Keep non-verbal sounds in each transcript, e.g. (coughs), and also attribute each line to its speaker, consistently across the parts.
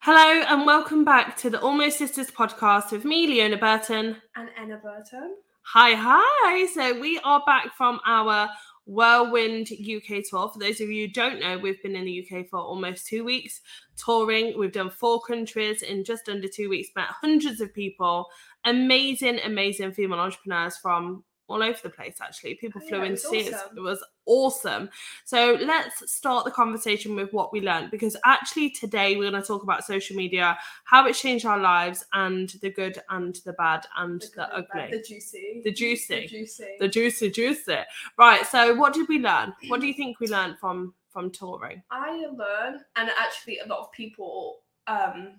Speaker 1: Hello and welcome back to the Almost Sisters podcast with me, Leona Burton.
Speaker 2: and Anna Burton.
Speaker 1: Hi, hi. So we are back from our Whirlwind UK tour. For those of you who don't know, we've been in the UK for almost two weeks touring. We've done four countries in just under two weeks, met hundreds of people, amazing, amazing female entrepreneurs from all over the place, actually. People
Speaker 2: Oh,
Speaker 1: flew
Speaker 2: yeah, it
Speaker 1: in to
Speaker 2: was
Speaker 1: see us.
Speaker 2: awesome.
Speaker 1: It was awesome. So let's start the conversation with what we learned because actually today we're going to talk about social media, how it's changed our lives, and the good and the bad and the,
Speaker 2: Look at them,
Speaker 1: ugly
Speaker 2: like The juicy.
Speaker 1: The juicy.
Speaker 2: The juicy.
Speaker 1: the juicy juicy right so what did we learn what do you think we learned from from touring
Speaker 2: I learned, and actually a lot of people um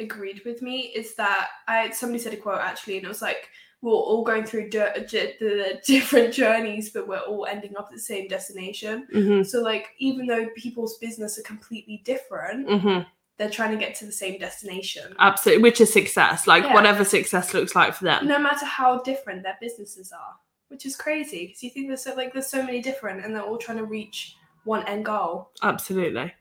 Speaker 2: agreed with me, is that I somebody said a quote actually, and it was like, we're all going through di- di- the different (laughs) journeys, but we're all ending up at the same destination.
Speaker 1: mm-hmm.
Speaker 2: So like, even though people's business are completely different,
Speaker 1: Mm-hmm.
Speaker 2: they're trying to get to the same destination.
Speaker 1: absolutely which is success like
Speaker 2: Yeah.
Speaker 1: whatever success looks like for them
Speaker 2: no matter how different their businesses are, which is crazy because you think there's so, like there's so many different, and they're all trying to reach one end goal.
Speaker 1: absolutely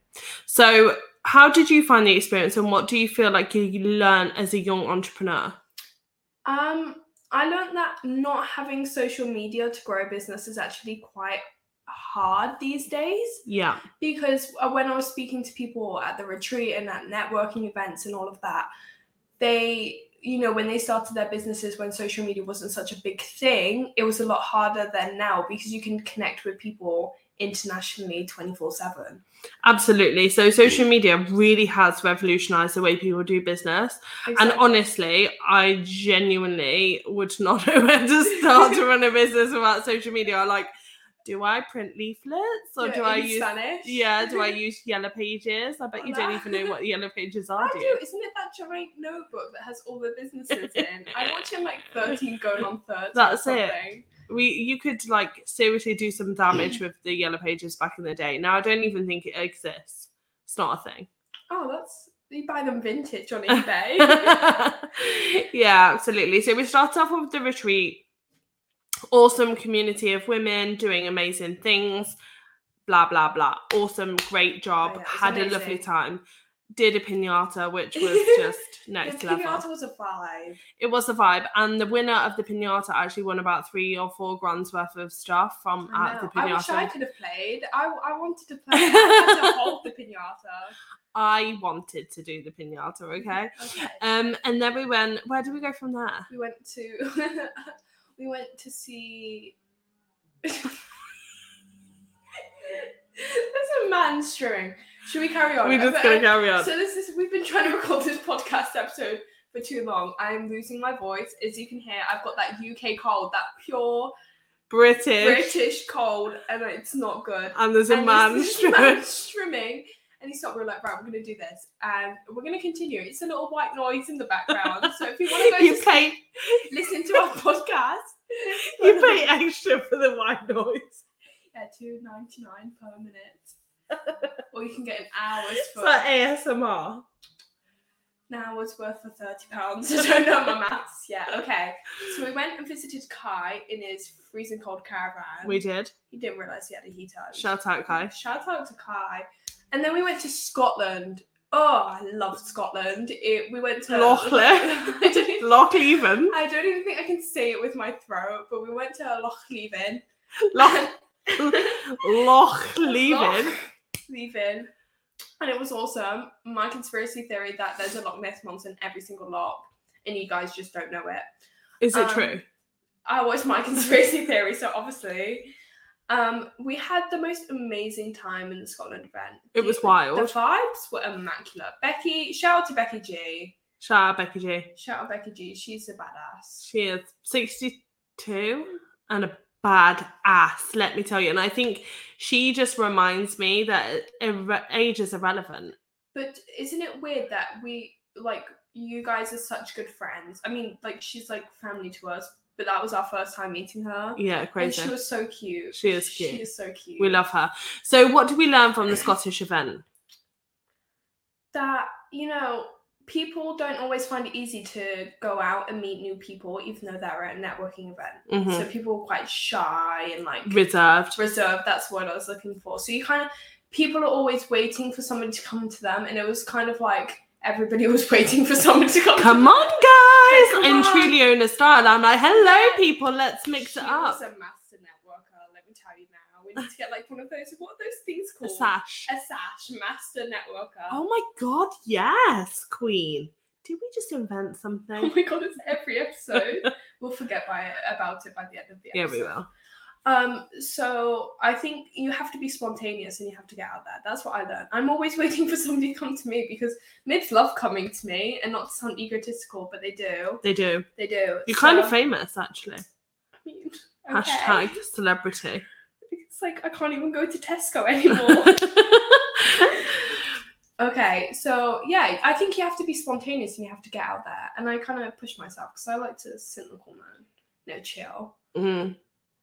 Speaker 1: so how did you find the experience and what do you feel like you learn as a young entrepreneur
Speaker 2: Um, I learned that not having social media to grow a business is actually quite hard these days
Speaker 1: yeah
Speaker 2: because uh, when I was speaking to people at the retreat and at networking events and all of that, they you know when they started their businesses when social media wasn't such a big thing it was a lot harder than now because you can connect with people internationally 24 7
Speaker 1: absolutely so social media really has revolutionized the way people do business And honestly, I genuinely would not (laughs) know where to start to run a business without social media. Like, do I print leaflets or do I use?
Speaker 2: Spanish?
Speaker 1: Yeah, (laughs)
Speaker 2: (laughs)
Speaker 1: do I use yellow pages? I bet you don't
Speaker 2: Hola.
Speaker 1: even (laughs) know what yellow pages
Speaker 2: I
Speaker 1: are, do
Speaker 2: do.
Speaker 1: you?
Speaker 2: Isn't it that giant notebook that has all the businesses in? I'm watching like 13
Speaker 1: (laughs)
Speaker 2: going on 30.
Speaker 1: That's
Speaker 2: or
Speaker 1: it.
Speaker 2: something.
Speaker 1: We you could like seriously do some (clears throat) damage with the yellow pages back in the day. Now I don't even think it exists. It's not a thing.
Speaker 2: Oh, that's you buy them vintage
Speaker 1: (laughs)
Speaker 2: on eBay.
Speaker 1: yeah, absolutely. So we start off with the retreat. Awesome community of women doing amazing things. Blah blah blah. Awesome, great job.
Speaker 2: Oh, yeah, it was
Speaker 1: Had a lovely
Speaker 2: amazing.
Speaker 1: time. Did a pinata, which
Speaker 2: (laughs)
Speaker 1: was just next
Speaker 2: the
Speaker 1: level.
Speaker 2: pinata was a five.
Speaker 1: It was a vibe, and the winner of the pinata actually won about three or four grand's worth of stuff from
Speaker 2: I,
Speaker 1: at
Speaker 2: know.
Speaker 1: Ah, the
Speaker 2: I wish
Speaker 1: pinata.
Speaker 2: I could have played. I, I
Speaker 1: (laughs)
Speaker 2: wanted to play. I had to hold the pinata.
Speaker 1: I wanted to do the pinata, okay.
Speaker 2: Okay.
Speaker 1: Um, and then we went. Where did we go from there?
Speaker 2: we went to. (laughs) we went to see. (laughs) There's a man strewing. Should we carry on?
Speaker 1: We're just
Speaker 2: But,
Speaker 1: gonna
Speaker 2: um,
Speaker 1: carry on.
Speaker 2: (laughs) So this is we've been trying to record this podcast episode for too long. I am losing my voice. As you can hear, I've got that UK cold, that pure British cold, and it's not good.
Speaker 1: and there's a
Speaker 2: And
Speaker 1: man
Speaker 2: this- (laughs) this man strimming, and he's not real like, right, we're gonna do this. And we're gonna continue. It's a little white noise in the background. so if you
Speaker 1: (laughs)
Speaker 2: wanna go
Speaker 1: you
Speaker 2: to
Speaker 1: pay
Speaker 2: sleep, listen to
Speaker 1: (laughs)
Speaker 2: our podcast.
Speaker 1: you pay extra for the white noise.
Speaker 2: Yeah, two ninety nine per minute. or you can get an hour's
Speaker 1: It's
Speaker 2: for
Speaker 1: like ASMR.
Speaker 2: an hour's worth for thirty pounds. (laughs) I don't know my maths. Yeah, okay. So we went and visited Kai in his freezing cold caravan.
Speaker 1: We did.
Speaker 2: he didn't realise he had a heater.
Speaker 1: Shout out, Kai.
Speaker 2: Shout out to Kai. And then we went to Scotland. Oh, I love Scotland. It, we went to
Speaker 1: Loughlin.
Speaker 2: (laughs) I don't, even,
Speaker 1: Loch
Speaker 2: (laughs)
Speaker 1: Leven.
Speaker 2: I don't even think I can say it with my throat, but we went to Loch Leven.
Speaker 1: Loch, Loch Leven.
Speaker 2: Loch Leven. And it was awesome. My conspiracy theory that there's a Loch Ness monster in every single loch, and you guys just don't know it.
Speaker 1: Is it
Speaker 2: Um,
Speaker 1: true?
Speaker 2: I watched my (laughs) conspiracy theory, so obviously. Um, we had the most amazing time in the Scotland event.
Speaker 1: It was
Speaker 2: The-
Speaker 1: wild.
Speaker 2: The vibes were immaculate. Becky, shout out to Becky G.
Speaker 1: Shout out, Becky G.
Speaker 2: Shout out Becky G. She's a badass.
Speaker 1: She is 62 and a bad ass, let me tell you. And I think she just reminds me that irre- age is irrelevant.
Speaker 2: But isn't it weird that we like you guys are such good friends? I mean, like she's like family to us, but that was our first time meeting her.
Speaker 1: Yeah,
Speaker 2: And
Speaker 1: crazy.
Speaker 2: she was so cute.
Speaker 1: She is cute.
Speaker 2: She is so cute.
Speaker 1: we love her. So, what did we learn from the Scottish event?
Speaker 2: that you know people don't always find it easy to go out and meet new people even though they're at a networking event
Speaker 1: Mhm.
Speaker 2: so people are quite shy and like
Speaker 1: Reserved.
Speaker 2: reserved that's what i was looking for so you kind of people are always waiting for somebody to come to them and it was kind of like everybody was (laughs) waiting for someone to come.
Speaker 1: Come on, guys!
Speaker 2: Come
Speaker 1: and
Speaker 2: on.
Speaker 1: Triliona style. I'm like, hello, people. Let's mix
Speaker 2: She
Speaker 1: it up.
Speaker 2: was a master networker, let me tell you now. We need to get like one of those, what are those things
Speaker 1: A
Speaker 2: called?
Speaker 1: sash.
Speaker 2: A sash, master networker.
Speaker 1: Oh my god, yes, Queen. Did we just invent
Speaker 2: (laughs) Oh (laughs)
Speaker 1: something?
Speaker 2: my god, it's every episode.
Speaker 1: (laughs)
Speaker 2: we'll forget by about it by the end of the
Speaker 1: Yeah,
Speaker 2: episode.
Speaker 1: we will.
Speaker 2: Um, so I think you have to be spontaneous and you have to get out there. That's what I learned. I'm always (laughs) waiting for somebody to come to me because mids love coming to me and not to sound egotistical, but they do.
Speaker 1: They do.
Speaker 2: They do.
Speaker 1: You're kind of
Speaker 2: So,
Speaker 1: famous, actually.
Speaker 2: I mean, okay.
Speaker 1: Hashtag celebrity.
Speaker 2: (laughs)
Speaker 1: (laughs)
Speaker 2: It's like I can't even go to Tesco anymore. okay, so yeah, I think you have to be spontaneous and you have to get out there. And I kind of push myself because I like to sit in the corner, no chill.
Speaker 1: Mm.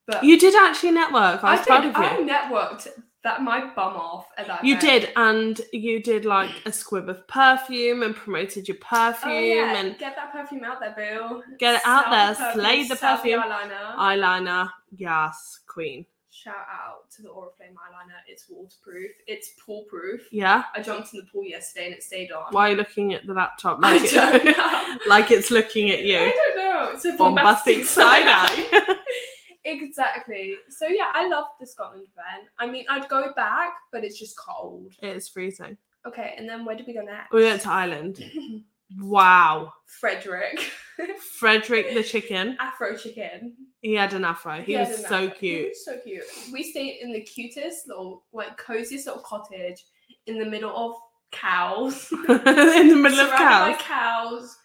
Speaker 2: But
Speaker 1: You did actually network. I
Speaker 2: I
Speaker 1: was proud
Speaker 2: did.
Speaker 1: of you.
Speaker 2: I networked that my bum off at that.
Speaker 1: You
Speaker 2: event.
Speaker 1: did, and you did like a squib of perfume and promoted your perfume
Speaker 2: Oh, yeah.
Speaker 1: and
Speaker 2: get that perfume out there, boo.
Speaker 1: Get it out
Speaker 2: Sell
Speaker 1: there,
Speaker 2: the perfume,
Speaker 1: slay the
Speaker 2: sell
Speaker 1: perfume.
Speaker 2: eyeliner.
Speaker 1: eyeliner. Yes, queen.
Speaker 2: Shout out to the Oriflame eyeliner. It's waterproof. It's pool proof.
Speaker 1: Yeah.
Speaker 2: I jumped in the pool yesterday and it stayed on. (laughs)
Speaker 1: Why are you looking at the laptop?
Speaker 2: I
Speaker 1: it- (laughs)
Speaker 2: don't know.
Speaker 1: like it's looking at
Speaker 2: I
Speaker 1: you.
Speaker 2: don't know. It's a
Speaker 1: Bombastic
Speaker 2: bombastic (laughs)
Speaker 1: side
Speaker 2: side
Speaker 1: eye.
Speaker 2: (laughs) Exactly. So yeah, I love the Scotland event. I mean, I'd go back, but it's just cold.
Speaker 1: it is freezing.
Speaker 2: Okay, and then where do we go next?
Speaker 1: We went to Ireland. Wow.
Speaker 2: Frederick, (laughs)
Speaker 1: Frederick the chicken.
Speaker 2: Afro chicken.
Speaker 1: He had an afro. He
Speaker 2: Yeah,
Speaker 1: was so
Speaker 2: I don't know. He
Speaker 1: cute. (laughs)
Speaker 2: was so cute. We stayed in the cutest little, like, coziest little cottage in the middle of cows.
Speaker 1: in the (laughs) middle of cows.
Speaker 2: Surrounded by cows.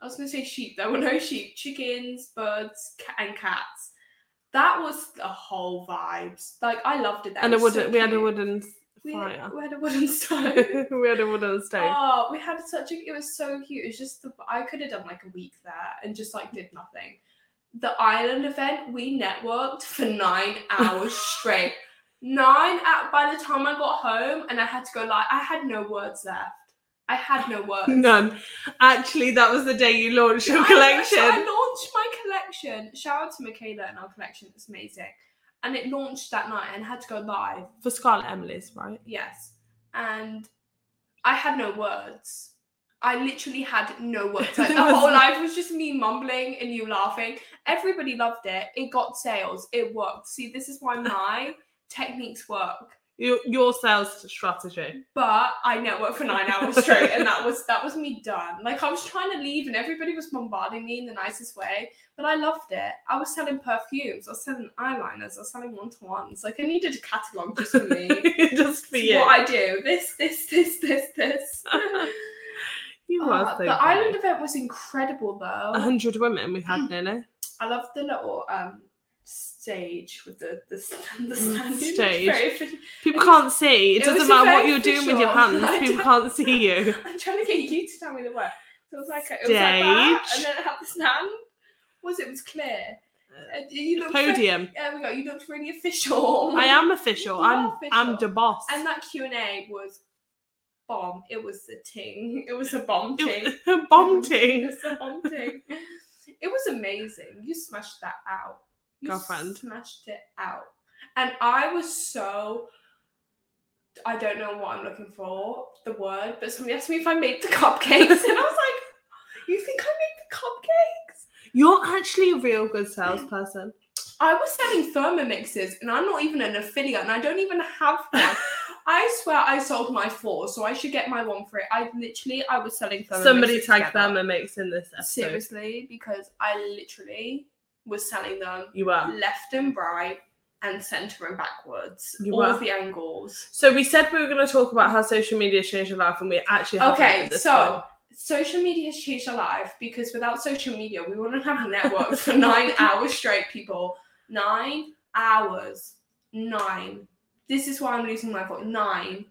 Speaker 2: I was gonna say sheep. There were no sheep. Chickens, birds, ca- and cats. That was the whole vibes. Like I loved it. There.
Speaker 1: and a
Speaker 2: It was
Speaker 1: wooden,
Speaker 2: so
Speaker 1: we had a
Speaker 2: cute.
Speaker 1: wooden
Speaker 2: We
Speaker 1: fire.
Speaker 2: had, we had a wooden (laughs) stone.
Speaker 1: (laughs) we had a wooden stone.
Speaker 2: oh, we had such a. It was so cute. It was just the. I could have done like a week there and just like did nothing. The island event we networked for nine hours straight. Nine out by the time I got home and I had to go like I had no words left. I had no
Speaker 1: (laughs)
Speaker 2: words.
Speaker 1: None. Actually, that was the day you launched your
Speaker 2: Oh, I, so I
Speaker 1: collection.
Speaker 2: launched my collection. Shout out to Michaela and our collection. It's amazing. And it launched that night and had to go live.
Speaker 1: For Scarlet Emily's, right?
Speaker 2: Yes. And I had no words. I literally had no words. Like the
Speaker 1: There was-
Speaker 2: whole life was just me mumbling and you laughing. Everybody loved it. It got sales. It worked. See, this is why my techniques work.
Speaker 1: Your, your sales strategy.
Speaker 2: But I networked for nine hours straight, and that was that was me done. Like I was trying to leave, and everybody was bombarding me in the nicest way. But I loved it. I was selling perfumes, I was selling eyeliners, I was selling one to ones. Like I needed a catalog just
Speaker 1: (laughs)
Speaker 2: for me.
Speaker 1: Just for
Speaker 2: It's
Speaker 1: you.
Speaker 2: What I do. This, this, this, this,
Speaker 1: (laughs)
Speaker 2: this.
Speaker 1: you are
Speaker 2: Uh,
Speaker 1: so Uh-huh.
Speaker 2: the island Mm. event was incredible, though.
Speaker 1: 100 women we had nearly.
Speaker 2: I love the little um stage with the the, stand- (laughs) the
Speaker 1: Mm,
Speaker 2: standing
Speaker 1: stage.
Speaker 2: very-
Speaker 1: People
Speaker 2: It was-
Speaker 1: can't see. It,
Speaker 2: it
Speaker 1: doesn't
Speaker 2: was
Speaker 1: matter what
Speaker 2: very
Speaker 1: you're doing with your
Speaker 2: visual.
Speaker 1: hands.
Speaker 2: (laughs) I
Speaker 1: People
Speaker 2: don't-
Speaker 1: can't
Speaker 2: (laughs)
Speaker 1: see you.
Speaker 2: (laughs) I'm trying to get you to tell me the word. So it was like a, it was like that,
Speaker 1: Stage.
Speaker 2: and then it had the stand. Was it was clear? Uh, you looked Very,
Speaker 1: Podium.
Speaker 2: there we go. You looked really official.
Speaker 1: I am official.
Speaker 2: You
Speaker 1: I'm
Speaker 2: are
Speaker 1: I'm the
Speaker 2: official.
Speaker 1: boss.
Speaker 2: And that Q and A was bomb. It was a ting. It was a
Speaker 1: (laughs)
Speaker 2: bomb ting. It (laughs)
Speaker 1: Bombing.
Speaker 2: was
Speaker 1: (laughs)
Speaker 2: a bomb ting. It was amazing. You smashed that out. You
Speaker 1: Girlfriend.
Speaker 2: smashed it out. And I was so. I don't know what I'm looking for, the word, but somebody asked me if I made the cupcakes. and I was like, "Oh, You think I made the cupcakes?
Speaker 1: You're actually a real good
Speaker 2: (laughs)
Speaker 1: salesperson.
Speaker 2: I was selling Thermomixes and I'm not even an affiliate and I don't even have
Speaker 1: (laughs)
Speaker 2: one. I swear I sold my four, so I should get my one for it. I literally, I was selling Thermomix.
Speaker 1: Somebody tag them and mix in this episode.
Speaker 2: Seriously, because I literally was selling them
Speaker 1: You are.
Speaker 2: left and right and center and backwards.
Speaker 1: You
Speaker 2: all
Speaker 1: were.
Speaker 2: of the angles.
Speaker 1: So we said we were going to talk about how social media changed your life, and we actually haven't
Speaker 2: Okay,
Speaker 1: at this
Speaker 2: so social media has changed our life because without social media, we wouldn't have networks
Speaker 1: (laughs)
Speaker 2: for nine hours straight, people. Nine hours. Nine. This is why I'm losing my voice. Nine.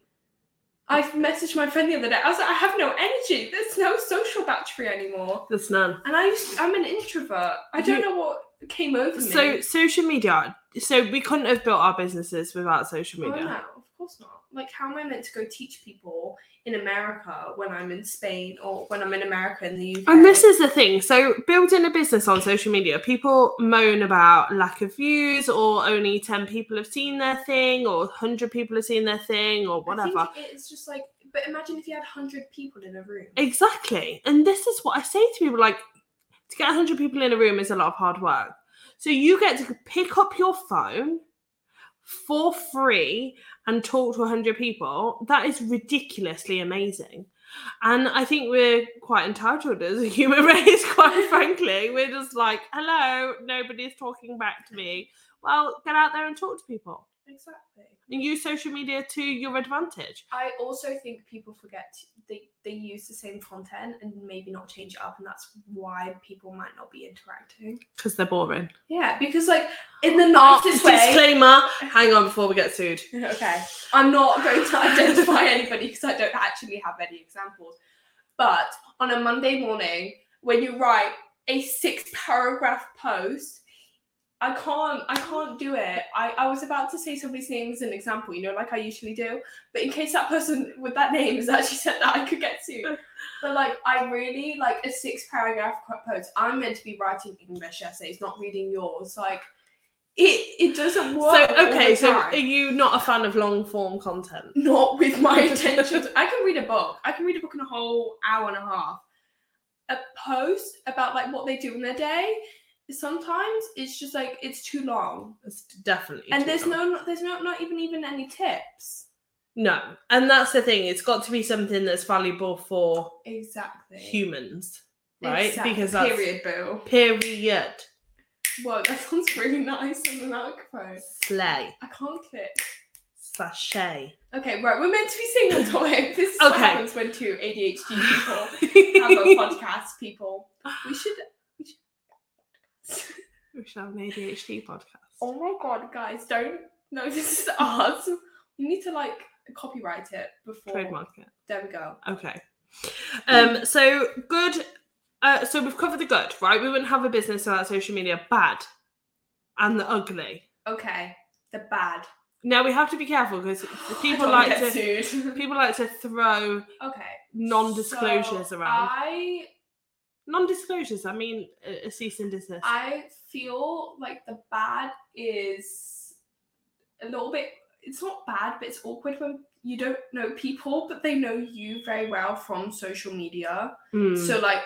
Speaker 2: I messaged my friend the other day. I was like, I have no energy. There's no social battery anymore.
Speaker 1: point. there's none.
Speaker 2: And I used I'm an introvert. I don't know what came over me.
Speaker 1: So social media. So we couldn't have built our businesses without social
Speaker 2: Oh,
Speaker 1: media.
Speaker 2: no, of course not. Like, how am I meant to go teach people in America when I'm in Spain or when I'm in America in the UK?
Speaker 1: And this is the thing. So, building a business on social media, people moan about lack of views, or only 10 people have seen their thing, or 100 people have seen their thing, or
Speaker 2: I think
Speaker 1: whatever.
Speaker 2: it's just like But imagine if you had hundred people in a room.
Speaker 1: Exactly. And this is what I say to people like, to get 100 people in a room is a lot of hard work. So you get to pick up your phone for free and talk to 100 people. That is ridiculously amazing. And I think we're quite entitled as a human (laughs) race, quite frankly. We're just like, hello, nobody's talking back to me. Well, get out there and talk to people.
Speaker 2: Exactly.
Speaker 1: And use social media to your advantage.
Speaker 2: I also think people forget they they use the same content and maybe not change it up, and that's why people might not be interacting.
Speaker 1: Because they're boring.
Speaker 2: Yeah, because like in the nicest way.
Speaker 1: Disclaimer. Hang on before we get sued.
Speaker 2: (laughs) Okay, I'm not going to (laughs) identify anybody because I don't actually have any examples. But on a Monday morning, when you write a six paragraph post, I can't I can't do it. I, I was about to say somebody's name as an example, you know, like I usually do. But in case that person with that name has actually said that, I could get sued. But like I really like a six paragraph post. I'm meant to be writing English essays, not reading yours. Like it it doesn't
Speaker 1: So
Speaker 2: work. all
Speaker 1: okay,
Speaker 2: the
Speaker 1: so
Speaker 2: time.
Speaker 1: are you not a fan of long form content?
Speaker 2: not with my intentions. I can read a book. I can read a book in a whole hour and a half. A post about like what they do in their day. Sometimes it's just like it's too long,
Speaker 1: It's definitely.
Speaker 2: and
Speaker 1: too
Speaker 2: there's
Speaker 1: long.
Speaker 2: no, there's not, not even even any tips.
Speaker 1: No, and that's the thing. It's got to be something that's valuable for
Speaker 2: Exactly.
Speaker 1: humans, right?
Speaker 2: Exactly.
Speaker 1: Because that's
Speaker 2: period bill.
Speaker 1: period.
Speaker 2: Whoa, that sounds really nice on the microphone.
Speaker 1: Slay.
Speaker 2: I can't click.
Speaker 1: Sachet.
Speaker 2: Okay, right, we're meant to be singing on topic. (laughs) This is what
Speaker 1: Okay.
Speaker 2: happens when two ADHD
Speaker 1: (laughs)
Speaker 2: people have a
Speaker 1: we
Speaker 2: podcast. People, we should. We should
Speaker 1: shall have an ADHD podcast.
Speaker 2: Oh my god, guys, don't. No, (laughs) this is ours. We need to like copyright it before.
Speaker 1: Trademark it.
Speaker 2: There we go.
Speaker 1: Okay. Um. So good. Uh. So we've covered the good, right? We wouldn't have a business without social media. Bad, and the ugly.
Speaker 2: Okay, the bad.
Speaker 1: Now we have to be careful because people
Speaker 2: I
Speaker 1: like
Speaker 2: (laughs) don't
Speaker 1: to
Speaker 2: wanna
Speaker 1: (laughs)
Speaker 2: get sued.
Speaker 1: people like to throw
Speaker 2: okay.
Speaker 1: non-disclosures
Speaker 2: so uh,
Speaker 1: around.
Speaker 2: I
Speaker 1: non-disclosures. I mean, a, a cease and desist.
Speaker 2: I feel like the bad is a little bit. It's not bad, but it's awkward when you don't know people, but they know you very well from social media.
Speaker 1: Mm.
Speaker 2: So like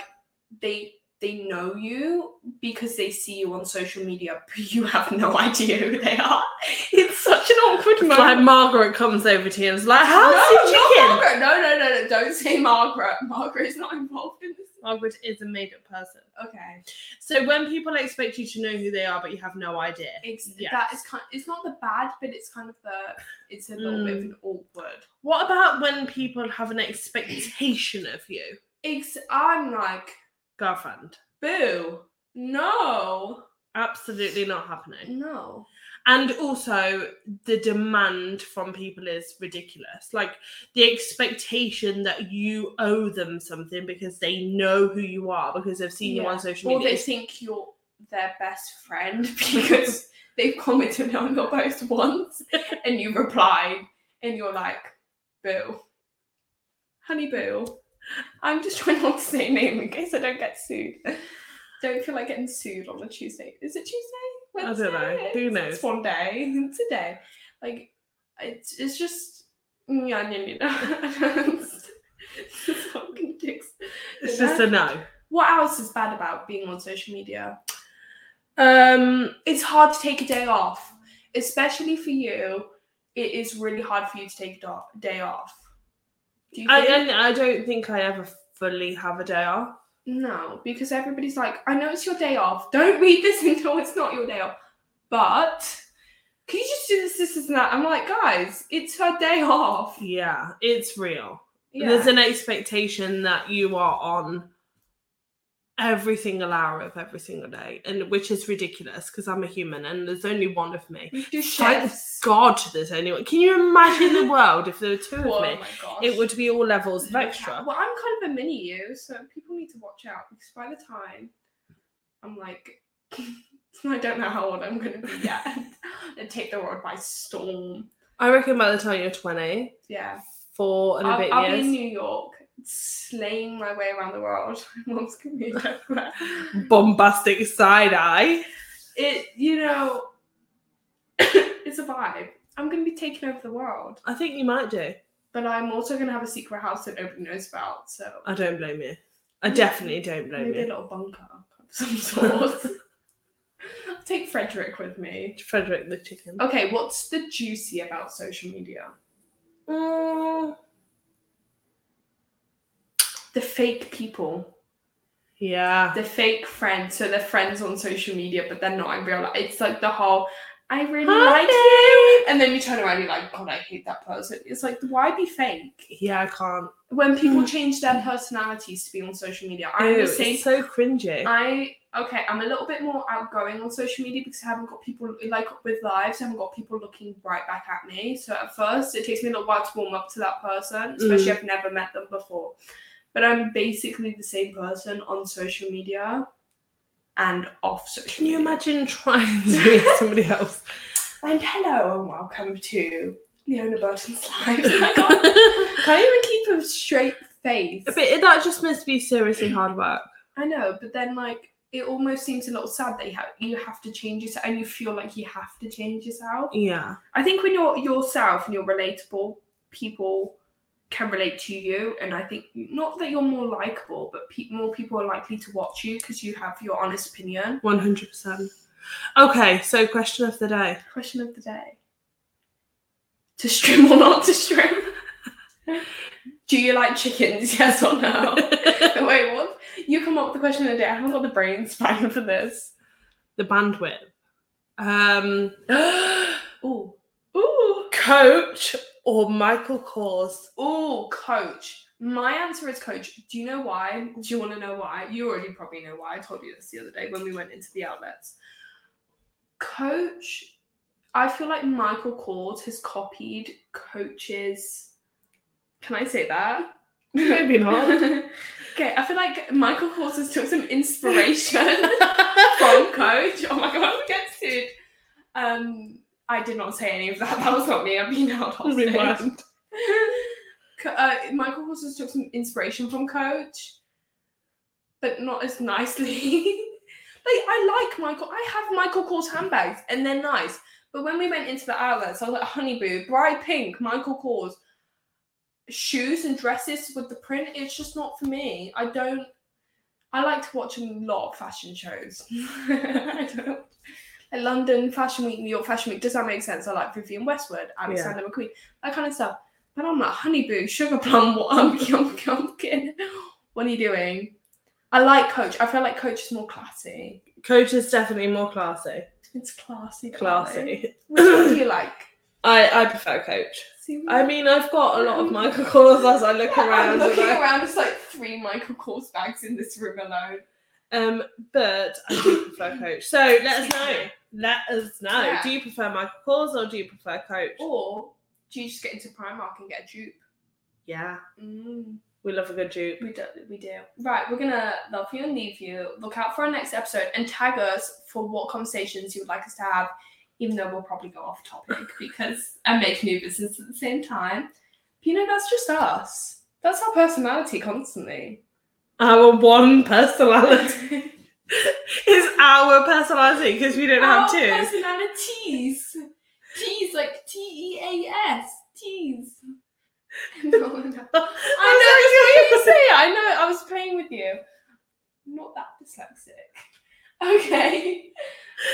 Speaker 2: they they know you because they see you on social media, (laughs) but you have no idea who they are. It's such an awkward
Speaker 1: It's like
Speaker 2: moment.
Speaker 1: Margaret comes over to you and is like,
Speaker 2: no,
Speaker 1: "How's your
Speaker 2: not
Speaker 1: chicken?"
Speaker 2: Margaret. No, no, no, no. Don't say Margaret. (laughs) Margaret's not involved in this.
Speaker 1: Margaret is a made-up person.
Speaker 2: Okay.
Speaker 1: So when people expect you to know who they are, but you have no idea,
Speaker 2: It's
Speaker 1: Yes.
Speaker 2: that is kind it's not the bad, but it's kind of the it's a little bit of
Speaker 1: Hmm.
Speaker 2: an awkward.
Speaker 1: what about when people have an expectation of you,
Speaker 2: It's I'm like,
Speaker 1: girlfriend?
Speaker 2: boo. No.
Speaker 1: Absolutely not happening.
Speaker 2: No.
Speaker 1: And also, the demand from people is ridiculous. Like the expectation that you owe them something because they know who you are because they've seen you
Speaker 2: Yeah.
Speaker 1: on social
Speaker 2: Or
Speaker 1: media.
Speaker 2: they think you're their best friend (laughs) because they've commented on your post
Speaker 1: (laughs)
Speaker 2: once and you replied and you're like, Boo. Honey Boo. I'm just trying not to say name in case I don't get sued. Don't feel like getting sued on a Tuesday. Is it Tuesday?
Speaker 1: I don't know.
Speaker 2: Wednesday?
Speaker 1: Who knows?
Speaker 2: It's one day. It's a day. Like it's it's just yeah, yeah, yeah. (laughs) It's fucking dicks.
Speaker 1: it's just a no.
Speaker 2: What else is bad about being on social media?
Speaker 1: Um,
Speaker 2: It's hard to take a day off, especially for you. It is really hard for you to take a do- day off. Do you
Speaker 1: I,
Speaker 2: think?
Speaker 1: and I don't think I ever fully have a day off.
Speaker 2: no, because everybody's like, I know it's your day off. Don't read this until it's not your day off. But can you just do this, this, this, and that? I'm like, guys, it's her day off.
Speaker 1: Yeah, it's real.
Speaker 2: Yeah.
Speaker 1: There's an expectation that you are on every single hour of every single day, and which is ridiculous because I'm a human and there's only one of me.
Speaker 2: We do
Speaker 1: Thank
Speaker 2: chefs.
Speaker 1: God, there's only one. Can you imagine
Speaker 2: (laughs)
Speaker 1: the world if there were two
Speaker 2: Oh
Speaker 1: of
Speaker 2: my
Speaker 1: me?
Speaker 2: gosh.
Speaker 1: It would be all levels of
Speaker 2: Look at-
Speaker 1: extra.
Speaker 2: Well, I'm kind of a mini you, so people need to watch out because by the time I'm like, (laughs) I don't know how old I'm gonna be yet, (laughs) and take the world by storm.
Speaker 1: I reckon by the time you're 20,
Speaker 2: Yeah,
Speaker 1: four and a bit
Speaker 2: I'll, I'll be in
Speaker 1: years,
Speaker 2: New York, slaying my way around the world. (laughs) My mom's gonna be everywhere.
Speaker 1: (laughs) bombastic side eye.
Speaker 2: It, you know, (coughs) it's a vibe. I'm gonna be taking over the world.
Speaker 1: I think you might do.
Speaker 2: but I'm also going to have a secret house that nobody knows about. So
Speaker 1: I don't blame you. I definitely don't blame
Speaker 2: maybe a
Speaker 1: you.
Speaker 2: little bunker of some sort. (laughs) I'll take Frederick with me.
Speaker 1: Frederick the chicken.
Speaker 2: Okay, what's the juicy about social media?
Speaker 1: Mm,
Speaker 2: The fake people,
Speaker 1: yeah.
Speaker 2: the fake friends. So they're friends on social media, but they're not in real life. It's like the whole I really like you,
Speaker 1: Hi.
Speaker 2: and then you turn around and you're like, God, I hate that person. It's like why be fake?
Speaker 1: Yeah, I can't.
Speaker 2: When people change their personalities to be on social media, I'm
Speaker 1: Ew,
Speaker 2: the same
Speaker 1: it's so cringy.
Speaker 2: I okay, I'm a little bit more outgoing on social media because I haven't got people like with lives, I haven't got people looking right back at me. So at first it takes me a little while to warm up to that person, especially if I've never met them before. But I'm basically the same person on social media and off social
Speaker 1: Can you
Speaker 2: media.
Speaker 1: imagine trying
Speaker 2: (laughs)
Speaker 1: to be somebody else?
Speaker 2: and hello and welcome to Leona Burton's life. (laughs) I can't, can't even keep a straight face.
Speaker 1: (laughs) But it- that just must be seriously hard work.
Speaker 2: I know, but then like it almost seems a little sad that you have you have to change yourself and you feel like you have to change yourself.
Speaker 1: Yeah.
Speaker 2: I think when you're yourself and you're relatable, people can relate to you, and I think not that you're more likable, but pe- more people are likely to watch you because you have your honest opinion.
Speaker 1: 100%. Okay, so question of the day.
Speaker 2: Question of the day: To strim or not to strim? (laughs) Do you like chickens? (laughs) Yes or no? Wait, what? You come up with the question of the day. I haven't got the brain span for this.
Speaker 1: the bandwidth. Um, (gasps)
Speaker 2: Ooh. Ooh.
Speaker 1: coach or Michael Kors? (laughs)
Speaker 2: Ooh, coach. My answer is coach. Do you know why? Do you want to know why? You already probably know why. I told you this the other day when we went into the outlets. Coach, I feel like Michael Kors has copied coaches. Can I say that? (laughs)
Speaker 1: Maybe not.
Speaker 2: okay, I feel like Michael Kors has took some
Speaker 1: (laughs)
Speaker 2: inspiration. from coach. Oh my god, I'm getting sued. Um, I did not say any of that. That was not me. I'm being held hostage. (laughs)
Speaker 1: Rewind.
Speaker 2: Co- uh, Michael also took some inspiration from coach, but not as nicely. (laughs) like I like Michael. I have Michael Kors handbags, and they're nice. But when we went into the outlets, I was like Honeyboo, Bright Pink, Michael Kors. Shoes and dresses with the print, it's just not for me. I don't I like to watch a lot of fashion shows. (laughs) I don't. Like London Fashion Week, New York Fashion Week. Does that make sense? I like Vivian Westwood, Alexander McQueen, that kind of stuff. But I'm like Honeyboo, Sugar Plum, (laughs) what um, yum, Pumpkin. What are you doing? I like Coach. I feel like Coach is more classy.
Speaker 1: (laughs) coach is definitely more classy.
Speaker 2: It's classy. darling.
Speaker 1: Classy.
Speaker 2: Which one do you like?
Speaker 1: I, I prefer coach.
Speaker 2: See,
Speaker 1: I mean, I've got a lot of Michael Kors as I look
Speaker 2: (laughs) I'm
Speaker 1: around.
Speaker 2: looking
Speaker 1: and I-
Speaker 2: around. It's like three Michael Kors bags in this room alone.
Speaker 1: Um, but I do prefer coach. So let us know. Let us know.
Speaker 2: Yeah.
Speaker 1: Do you prefer Michael Kors or do you prefer coach?
Speaker 2: Or do you just get into Primark and get a dupe?
Speaker 1: Yeah,
Speaker 2: Mm.
Speaker 1: we love a good dupe.
Speaker 2: We do. We do. Right, we're gonna love you and leave you. Look out for our next episode and tag us for what conversations you would like us to have, even though we'll probably go
Speaker 1: (laughs)
Speaker 2: off topic because I make new business at the same time. But you know, that's just us. That's our
Speaker 1: (laughs)
Speaker 2: personality constantly.
Speaker 1: Our one personality (laughs)
Speaker 2: Our
Speaker 1: is our personality because we
Speaker 2: (laughs)
Speaker 1: don't
Speaker 2: Oh,
Speaker 1: have two.
Speaker 2: personalities. T's like T E A S. T's. (laughs) No, no. I know that's what you say. I know. I was playing with you. I'm not that dyslexic. Okay.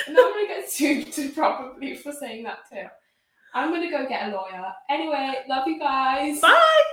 Speaker 2: and I'm gonna get sued probably for saying that too. I'm gonna go get a lawyer. Anyway, love you guys.
Speaker 1: (laughs) Bye.